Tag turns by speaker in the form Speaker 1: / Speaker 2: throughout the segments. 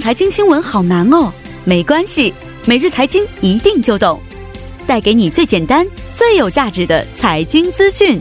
Speaker 1: 财经新闻好难哦，没关系，每日财经一定就懂，带给你最简单、最有价值的财经资讯。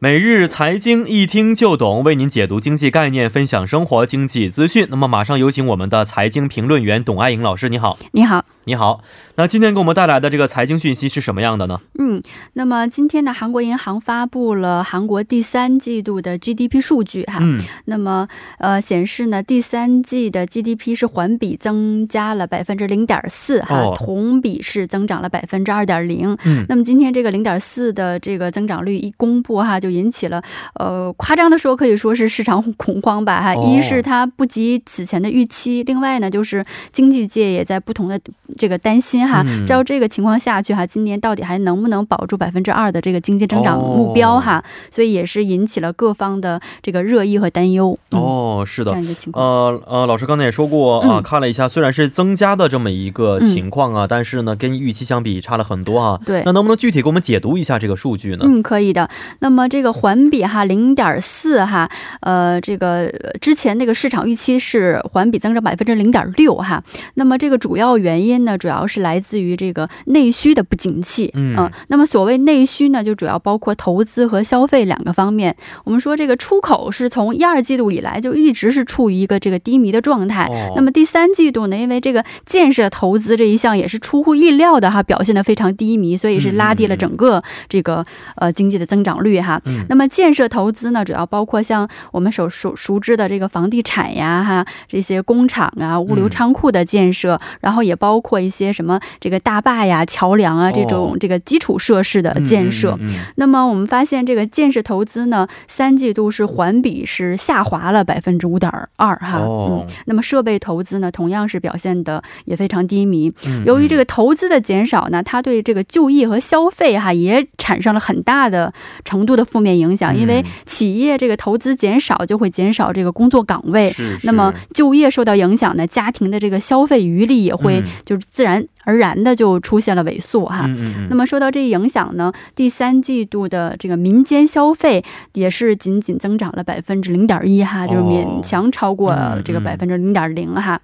Speaker 2: 每日财经一听就懂，为您解读经济概念，分享生活经济资讯。那么，马上有请我们的财经评论员董爱颖老师，你好，
Speaker 3: 你好，
Speaker 2: 你好。那今天给我们带来的这个财经讯息是什么样的呢？
Speaker 3: 嗯，那么今天呢，韩国银行发布了韩国第三季度的 GDP 数据哈，
Speaker 2: 嗯，
Speaker 3: 那么呃显示呢，第三季的 GDP 是环比增加了百分之零点四哈
Speaker 2: 哦，
Speaker 3: 同比是增长了百分之二点零。
Speaker 2: 嗯
Speaker 3: 那么今天这个零点四的这个增长率一公布哈，就引起了呃夸张的说可以说是市场恐慌吧哈。
Speaker 2: 哦
Speaker 3: 一是它不及此前的预期，另外呢就是经济界也在不同的这个担心哈
Speaker 2: 嗯，
Speaker 3: 照这个情况下去哈，今年到底还能不能保住百分之二的这个经济增长目标哈？
Speaker 2: 哦
Speaker 3: 所以也是引起了各方的这个热议和担忧。嗯、
Speaker 2: 哦，是
Speaker 3: 这
Speaker 2: 的
Speaker 3: 样。一个情况。
Speaker 2: 呃呃，老师刚才也说过啊、
Speaker 3: 嗯
Speaker 2: 看了一下，虽然是增加的这么一个情况啊，但是呢，跟预期相比差了很多啊。
Speaker 3: 对
Speaker 2: 那能不能具体给我们解读一下这个数据呢？
Speaker 3: 嗯，可以的。那么这个环比哈零点四哈，呃，这个呃之前那个市场预期是环比增长百分之零点六哈。那么这个主要原因呢，主要是来自于这个内需的不景气。呃
Speaker 2: 嗯
Speaker 3: 那么所谓内需呢，就主要包括投资和消费两个方面。我们说这个出口是从一二季度以来就一直是处于一个这个低迷的状态。
Speaker 2: 哦
Speaker 3: 哎那么第三季度呢，因为这个建设投资这一项也是出乎意料的哈，表现的非常低迷，所以是拉低了整个这个呃经济的增长率哈。
Speaker 2: 嗯
Speaker 3: 那么建设投资呢，主要包括像我们所熟熟知的这个房地产呀哈，这些工厂啊、物流仓库的建设，然后也包括一些什么这个大坝呀、桥梁啊这
Speaker 2: 哦
Speaker 3: 种这个基础设施的
Speaker 2: 嗯
Speaker 3: 呃建设。啊
Speaker 2: 嗯嗯嗯
Speaker 3: 那么我们发现，这个建设投资呢，三季度是环比是下滑了百分之五点二哈。
Speaker 2: 哦
Speaker 3: 嗯，那么设备投资呢，同样是表现的也非常低迷。
Speaker 2: 嗯
Speaker 3: 由于这
Speaker 2: 个，
Speaker 3: 个投资的减少呢，它对这个就业和消费哈也产生了很大的程度的负面影响，
Speaker 2: 嗯
Speaker 3: 因为企业这个投资减少就会减少这个工作岗位，
Speaker 2: 是是
Speaker 3: 那么就业受到影响呢，家庭的这个消费余力也会
Speaker 2: 嗯
Speaker 3: 就是自然而然的就出现了萎缩哈。
Speaker 2: 嗯嗯嗯
Speaker 3: 啊那么受到这一影响呢，第三季度的这个民间消费也是仅仅增长了百分之零点一哈，就是
Speaker 2: 哦
Speaker 3: 勉强超过
Speaker 2: 嗯
Speaker 3: 这个
Speaker 2: 嗯
Speaker 3: 百分之零点零哈。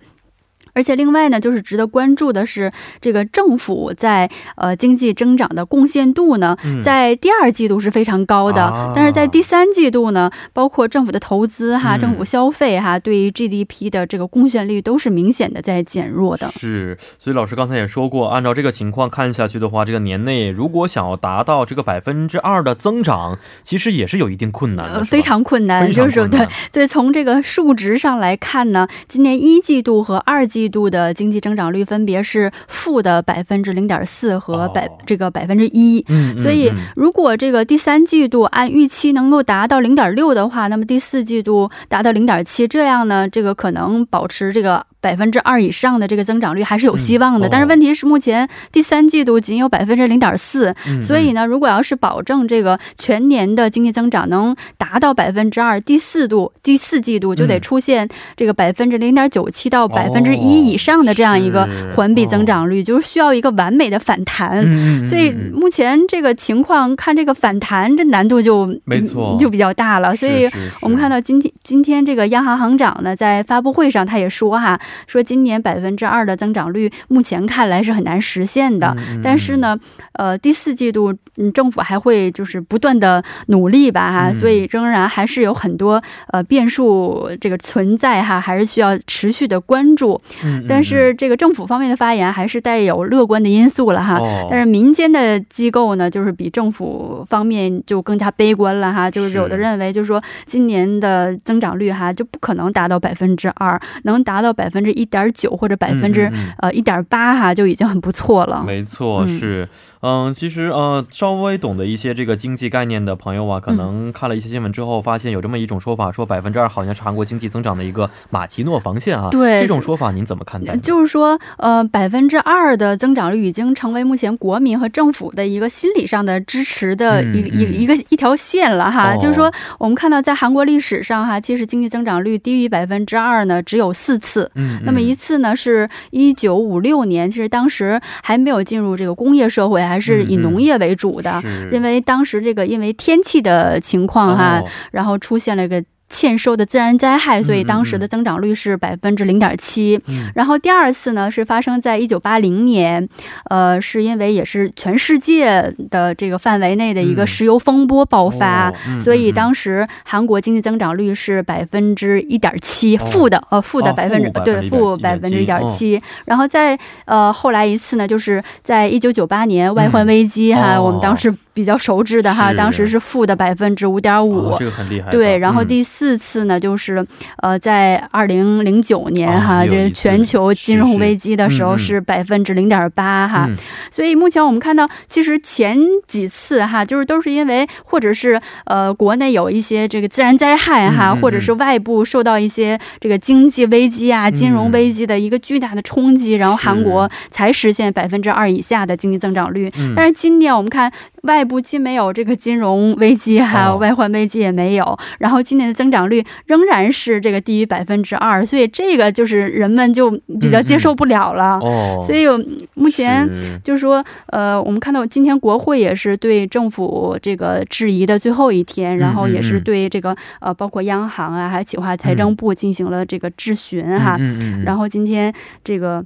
Speaker 3: 而且另外呢，就是值得关注的是，这个政府在呃经济增长的贡献度呢，
Speaker 2: 嗯
Speaker 3: 在第二季度是非常高的，
Speaker 2: 啊
Speaker 3: 但是在第三季度呢，包括政府的投资哈、
Speaker 2: 嗯
Speaker 3: 政府消费哈，对于 GDP 的这个贡献率都是明显的在减弱的。
Speaker 2: 是，所以老师刚才也说过，按照这个情况看下去的话，这个年内如果想要达到这个百分之二的增长，其实也是有一定困难的，
Speaker 3: 呃，
Speaker 2: 是吧
Speaker 3: 非常困难，
Speaker 2: 非常
Speaker 3: 就是
Speaker 2: 困
Speaker 3: 对
Speaker 2: 难，
Speaker 3: 对，从这个数值上来看呢，今年一季度和二季度的经济增长率分别是负的百分之零点四和百、
Speaker 2: 哦
Speaker 3: 这个百分之一。
Speaker 2: 嗯，嗯
Speaker 3: 所以
Speaker 2: 嗯，
Speaker 3: 如果这个第三季度按预期能够达到零点六的话，那么第四季度达到零点七，这样呢，这个可能保持这个百分之二以上的这个增长率还是有希望的。
Speaker 2: 嗯哦
Speaker 3: 但是问题是，目前第三季度仅有百分之零点四，
Speaker 2: 嗯
Speaker 3: 所以呢，如果要是保证这个全年的经济增长能达到百分之二，第四度第四季度就得
Speaker 2: 嗯
Speaker 3: 出现这个百分之零点九七到百分之一以上的这样一个
Speaker 2: 哦是哦
Speaker 3: 环比增长率，就是需要一个完美的反弹。
Speaker 2: 嗯嗯嗯嗯嗯
Speaker 3: 所以目前这个情况，看这个反弹，这难度就
Speaker 2: 没错
Speaker 3: 嗯就比较大了。所以
Speaker 2: 是是是
Speaker 3: 我们看到今天今天这个央行行长呢，在发布会上他也说哈，说今年百分之二的增长率，目前看来是很难实现的。
Speaker 2: 嗯嗯
Speaker 3: 但是呢，呃，第四季度，嗯，政府还会就是不断的努力吧，哈、
Speaker 2: 嗯
Speaker 3: 所以仍然还是有很多呃变数这个存在哈，还是需要持续的关注。
Speaker 2: 嗯嗯嗯
Speaker 3: 但是这个政府方面的发言还是带有乐观的因素了哈。
Speaker 2: 哦
Speaker 3: 啊但是民间的机构呢，就是比政府方面就更加悲观了哈，就是有的
Speaker 2: 是
Speaker 3: 认为，就是说今年的增长率哈就不可能达到百分之二，能达到百分之一点九或者百分之
Speaker 2: 嗯嗯嗯
Speaker 3: 呃一点八哈就已经很不错了。
Speaker 2: 没错，
Speaker 3: 嗯
Speaker 2: 是，嗯，其实呃，稍微懂得一些这个经济概念的朋友啊，可
Speaker 3: 嗯
Speaker 2: 能看了一些新闻之后，发现有这么一种说法，说百分之二好像是韩国经济增长的一个马奇诺防线啊。
Speaker 3: 对
Speaker 2: 这种说法您怎么看待呢？
Speaker 3: 就是说，呃，百分之二的增长率已经成为目前国民和政府的一个心理上的支持的
Speaker 2: 嗯
Speaker 3: 一个一个
Speaker 2: 嗯
Speaker 3: 一个一条线了哈。
Speaker 2: 哦
Speaker 3: 就是说，我们看到在韩国历史上哈，其实经济增长率低于百分之二呢，只有四次。
Speaker 2: 嗯嗯
Speaker 3: 那么一次呢，是一九五六年，其实当时还没有进入这个工业社会，还是以
Speaker 2: 嗯嗯
Speaker 3: 农业为主的。
Speaker 2: 是
Speaker 3: 认为啊当时这个因为天气的情况哈、
Speaker 2: 哦
Speaker 3: 然后出现了一个欠收的自然灾害，所以当时的增长率是百分之零点七。
Speaker 2: 嗯
Speaker 3: 然后第二次呢是发生在一九八零年，呃，是因为也是全世界的这个范围内的一
Speaker 2: 嗯
Speaker 3: 个石油风波爆发。啊
Speaker 2: 哦嗯
Speaker 3: 所以
Speaker 2: 嗯嗯
Speaker 3: 当时韩国经济增长率是百分之一点七，
Speaker 2: 哦
Speaker 3: 负的，呃，负的
Speaker 2: 哦
Speaker 3: 百分之、
Speaker 2: 负
Speaker 3: 对，负百分之一点
Speaker 2: 1.7%
Speaker 3: 七。然后在呃后来一次呢，就是在一九九八年外患危机哈、
Speaker 2: 哦
Speaker 3: 我们当时比较熟知的哈，
Speaker 2: 是
Speaker 3: 当时是负的百分之五点五
Speaker 2: 哦、。这个很厉害的。
Speaker 3: 对，然后
Speaker 2: 嗯
Speaker 3: 第四次呢，就是呃，在二零零九年
Speaker 2: 啊
Speaker 3: 哈，
Speaker 2: 也有
Speaker 3: 这
Speaker 2: 一
Speaker 3: 是
Speaker 2: 次
Speaker 3: 全球金融
Speaker 2: 是是
Speaker 3: 危机的时
Speaker 2: 嗯
Speaker 3: 候
Speaker 2: 嗯
Speaker 3: 是百分之零点八哈，
Speaker 2: 嗯
Speaker 3: 所以目前我们看到，其实前几次哈，就是都是因为或者是呃国内有一些这个自然灾害哈，
Speaker 2: 嗯嗯嗯
Speaker 3: 或者是外部受到一些这个经济危机啊、
Speaker 2: 嗯
Speaker 3: 金融危机的一个巨大的冲击，然后
Speaker 2: 是
Speaker 3: 韩国才实现百分之二以下的经济增长率。
Speaker 2: 嗯
Speaker 3: 但是今年我们看，外部既没有这个金融危机哈，
Speaker 2: 哦
Speaker 3: 外患危机也没有，然后今年的增长率仍然是这个低于百分之二，所以这个就是人们就比较接受不了了。
Speaker 2: 哦，
Speaker 3: 所以有目前
Speaker 2: 是
Speaker 3: 就是说，呃，我们看到今天国会也是对政府这个质疑的最后一
Speaker 2: 嗯
Speaker 3: 天，然后也是对这个呃，包括央行啊，还有企划财
Speaker 2: 嗯
Speaker 3: 政部进行了这个质询哈。
Speaker 2: 嗯嗯嗯嗯
Speaker 3: 然后今天这个。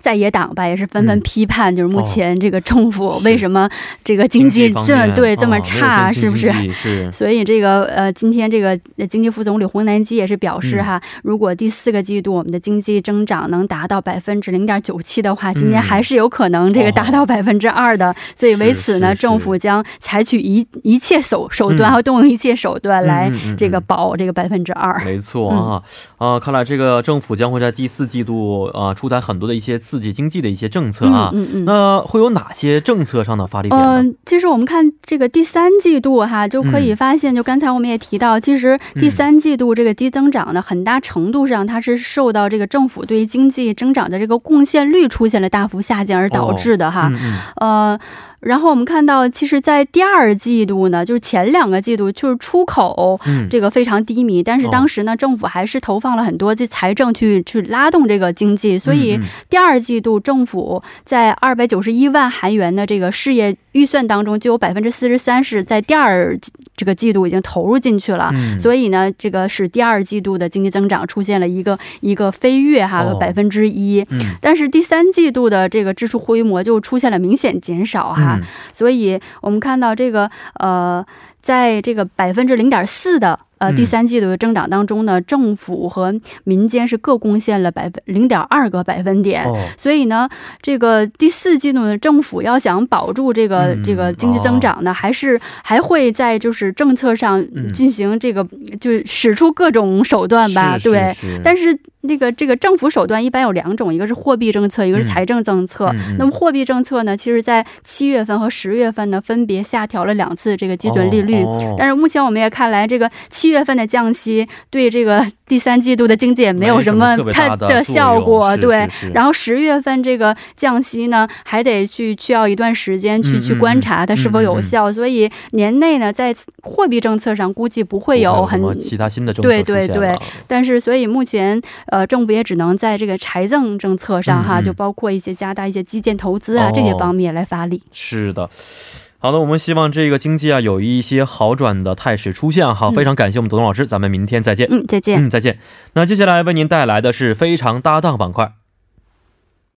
Speaker 3: 在野党吧也是纷纷
Speaker 2: 嗯
Speaker 3: 批判，就是目前这个政府
Speaker 2: 是
Speaker 3: 为什么这个经
Speaker 2: 经
Speaker 3: 济
Speaker 2: 济方
Speaker 3: 这
Speaker 2: 面
Speaker 3: 对这么
Speaker 2: 哦没有
Speaker 3: 差，
Speaker 2: 振兴
Speaker 3: 是不是
Speaker 2: 经？济是
Speaker 3: 所以这个呃，今天这个呃经济副总理洪南基也是表示哈，
Speaker 2: 嗯
Speaker 3: 如果第四个季度我们的经济增长能达到百分之零点九七的话，今年还是有可能这个
Speaker 2: 哦
Speaker 3: 达到百分之二的。所以为此呢，
Speaker 2: 是是
Speaker 3: 政府将采取一一切手手段
Speaker 2: 嗯
Speaker 3: 和动用一切手段来
Speaker 2: 嗯嗯嗯嗯
Speaker 3: 这个保这个百分之二。
Speaker 2: 没错
Speaker 3: 嗯
Speaker 2: 啊，啊、看来这个政府将会在第四季度啊、出台很多的一些刺激经济的一些政策
Speaker 3: 嗯
Speaker 2: 啊。
Speaker 3: 嗯嗯。
Speaker 2: 那会有哪些政策上的发力点呢？
Speaker 3: 嗯，其实我们看这个第三季度哈，就可
Speaker 2: 嗯
Speaker 3: 以发现，就刚才我们也提到，其实
Speaker 2: 哦
Speaker 3: 第三季度这个低增长呢，很大程度上它是受到这个政府对经济增长的这个贡献率出现了大幅下降而导致的哈。
Speaker 2: 嗯嗯
Speaker 3: 呃，然后我们看到，其实，在第二季度呢，就是前两个季度，就是出口。
Speaker 2: 嗯，
Speaker 3: 这个非常低迷，但是当时呢，政府还是投放了很多这财政去去拉动这个经济，所以
Speaker 2: 嗯嗯
Speaker 3: 第二季度政府在二百九十一万韩元的这个事业预算当中，就有百分之四十三是在第二季这个季度已经投入进去了。
Speaker 2: 嗯
Speaker 3: 啊所以呢，这个使第二季度的经济增长出现了一个一个飞跃哈
Speaker 2: 哦，
Speaker 3: 百分之一。
Speaker 2: 嗯
Speaker 3: 但是第三季度的这个支出规模就出现了明显减少哈，
Speaker 2: 嗯
Speaker 3: 所以我们看到这个呃，在这个百分之零点四的呃
Speaker 2: 嗯
Speaker 3: 第三季度的增长当中呢，政府和民间是各贡献了百分零点二个百分点。
Speaker 2: 哦，
Speaker 3: 所以呢，这个第四季度呢，政府要想保住这个、
Speaker 2: 嗯
Speaker 3: 这个经济增长呢，还是还会在就是政策上
Speaker 2: 嗯
Speaker 3: 进行这个，就使出各种手段吧，
Speaker 2: 是
Speaker 3: 对。，但
Speaker 2: 是
Speaker 3: 是那个这个政府手段一般有两种，一个是货币政策，一个
Speaker 2: 嗯
Speaker 3: 是财政政策。
Speaker 2: 嗯嗯
Speaker 3: 那么货币政策呢，其实在七月份和十月份呢，分别下调了两次这个基准利率。
Speaker 2: 哦哦
Speaker 3: 但是目前我们也看来，这个七月份的降息对这个第三季度的经济也没有什么
Speaker 2: 没什么特别
Speaker 3: 太
Speaker 2: 大的作用
Speaker 3: 效果，
Speaker 2: 是
Speaker 3: 对
Speaker 2: 是是。
Speaker 3: 然后十月份这个降息呢，还得去需要一段时间去、
Speaker 2: 嗯
Speaker 3: 去
Speaker 2: 嗯
Speaker 3: 观察它是否有
Speaker 2: 嗯嗯
Speaker 3: 效，所以年内呢，在货币政策上估计不会有
Speaker 2: 什
Speaker 3: 很
Speaker 2: 么其他新的政策
Speaker 3: 对对
Speaker 2: 出现
Speaker 3: 对
Speaker 2: 了
Speaker 3: 但是，所以目前呃，政府也只能在这个财政政策上哈，
Speaker 2: 嗯嗯
Speaker 3: 就包括一些加大一些基建投资啊、
Speaker 2: 哦
Speaker 3: 这些方面来发力。
Speaker 2: 是的。好的，我们希望这个经济啊有一些好转的态势出现哈。
Speaker 3: 嗯
Speaker 2: 非常感谢我们董老师，咱们明天再见。
Speaker 3: 嗯，再见。
Speaker 2: 嗯，再见。那接下来为您带来的是非常搭档板块。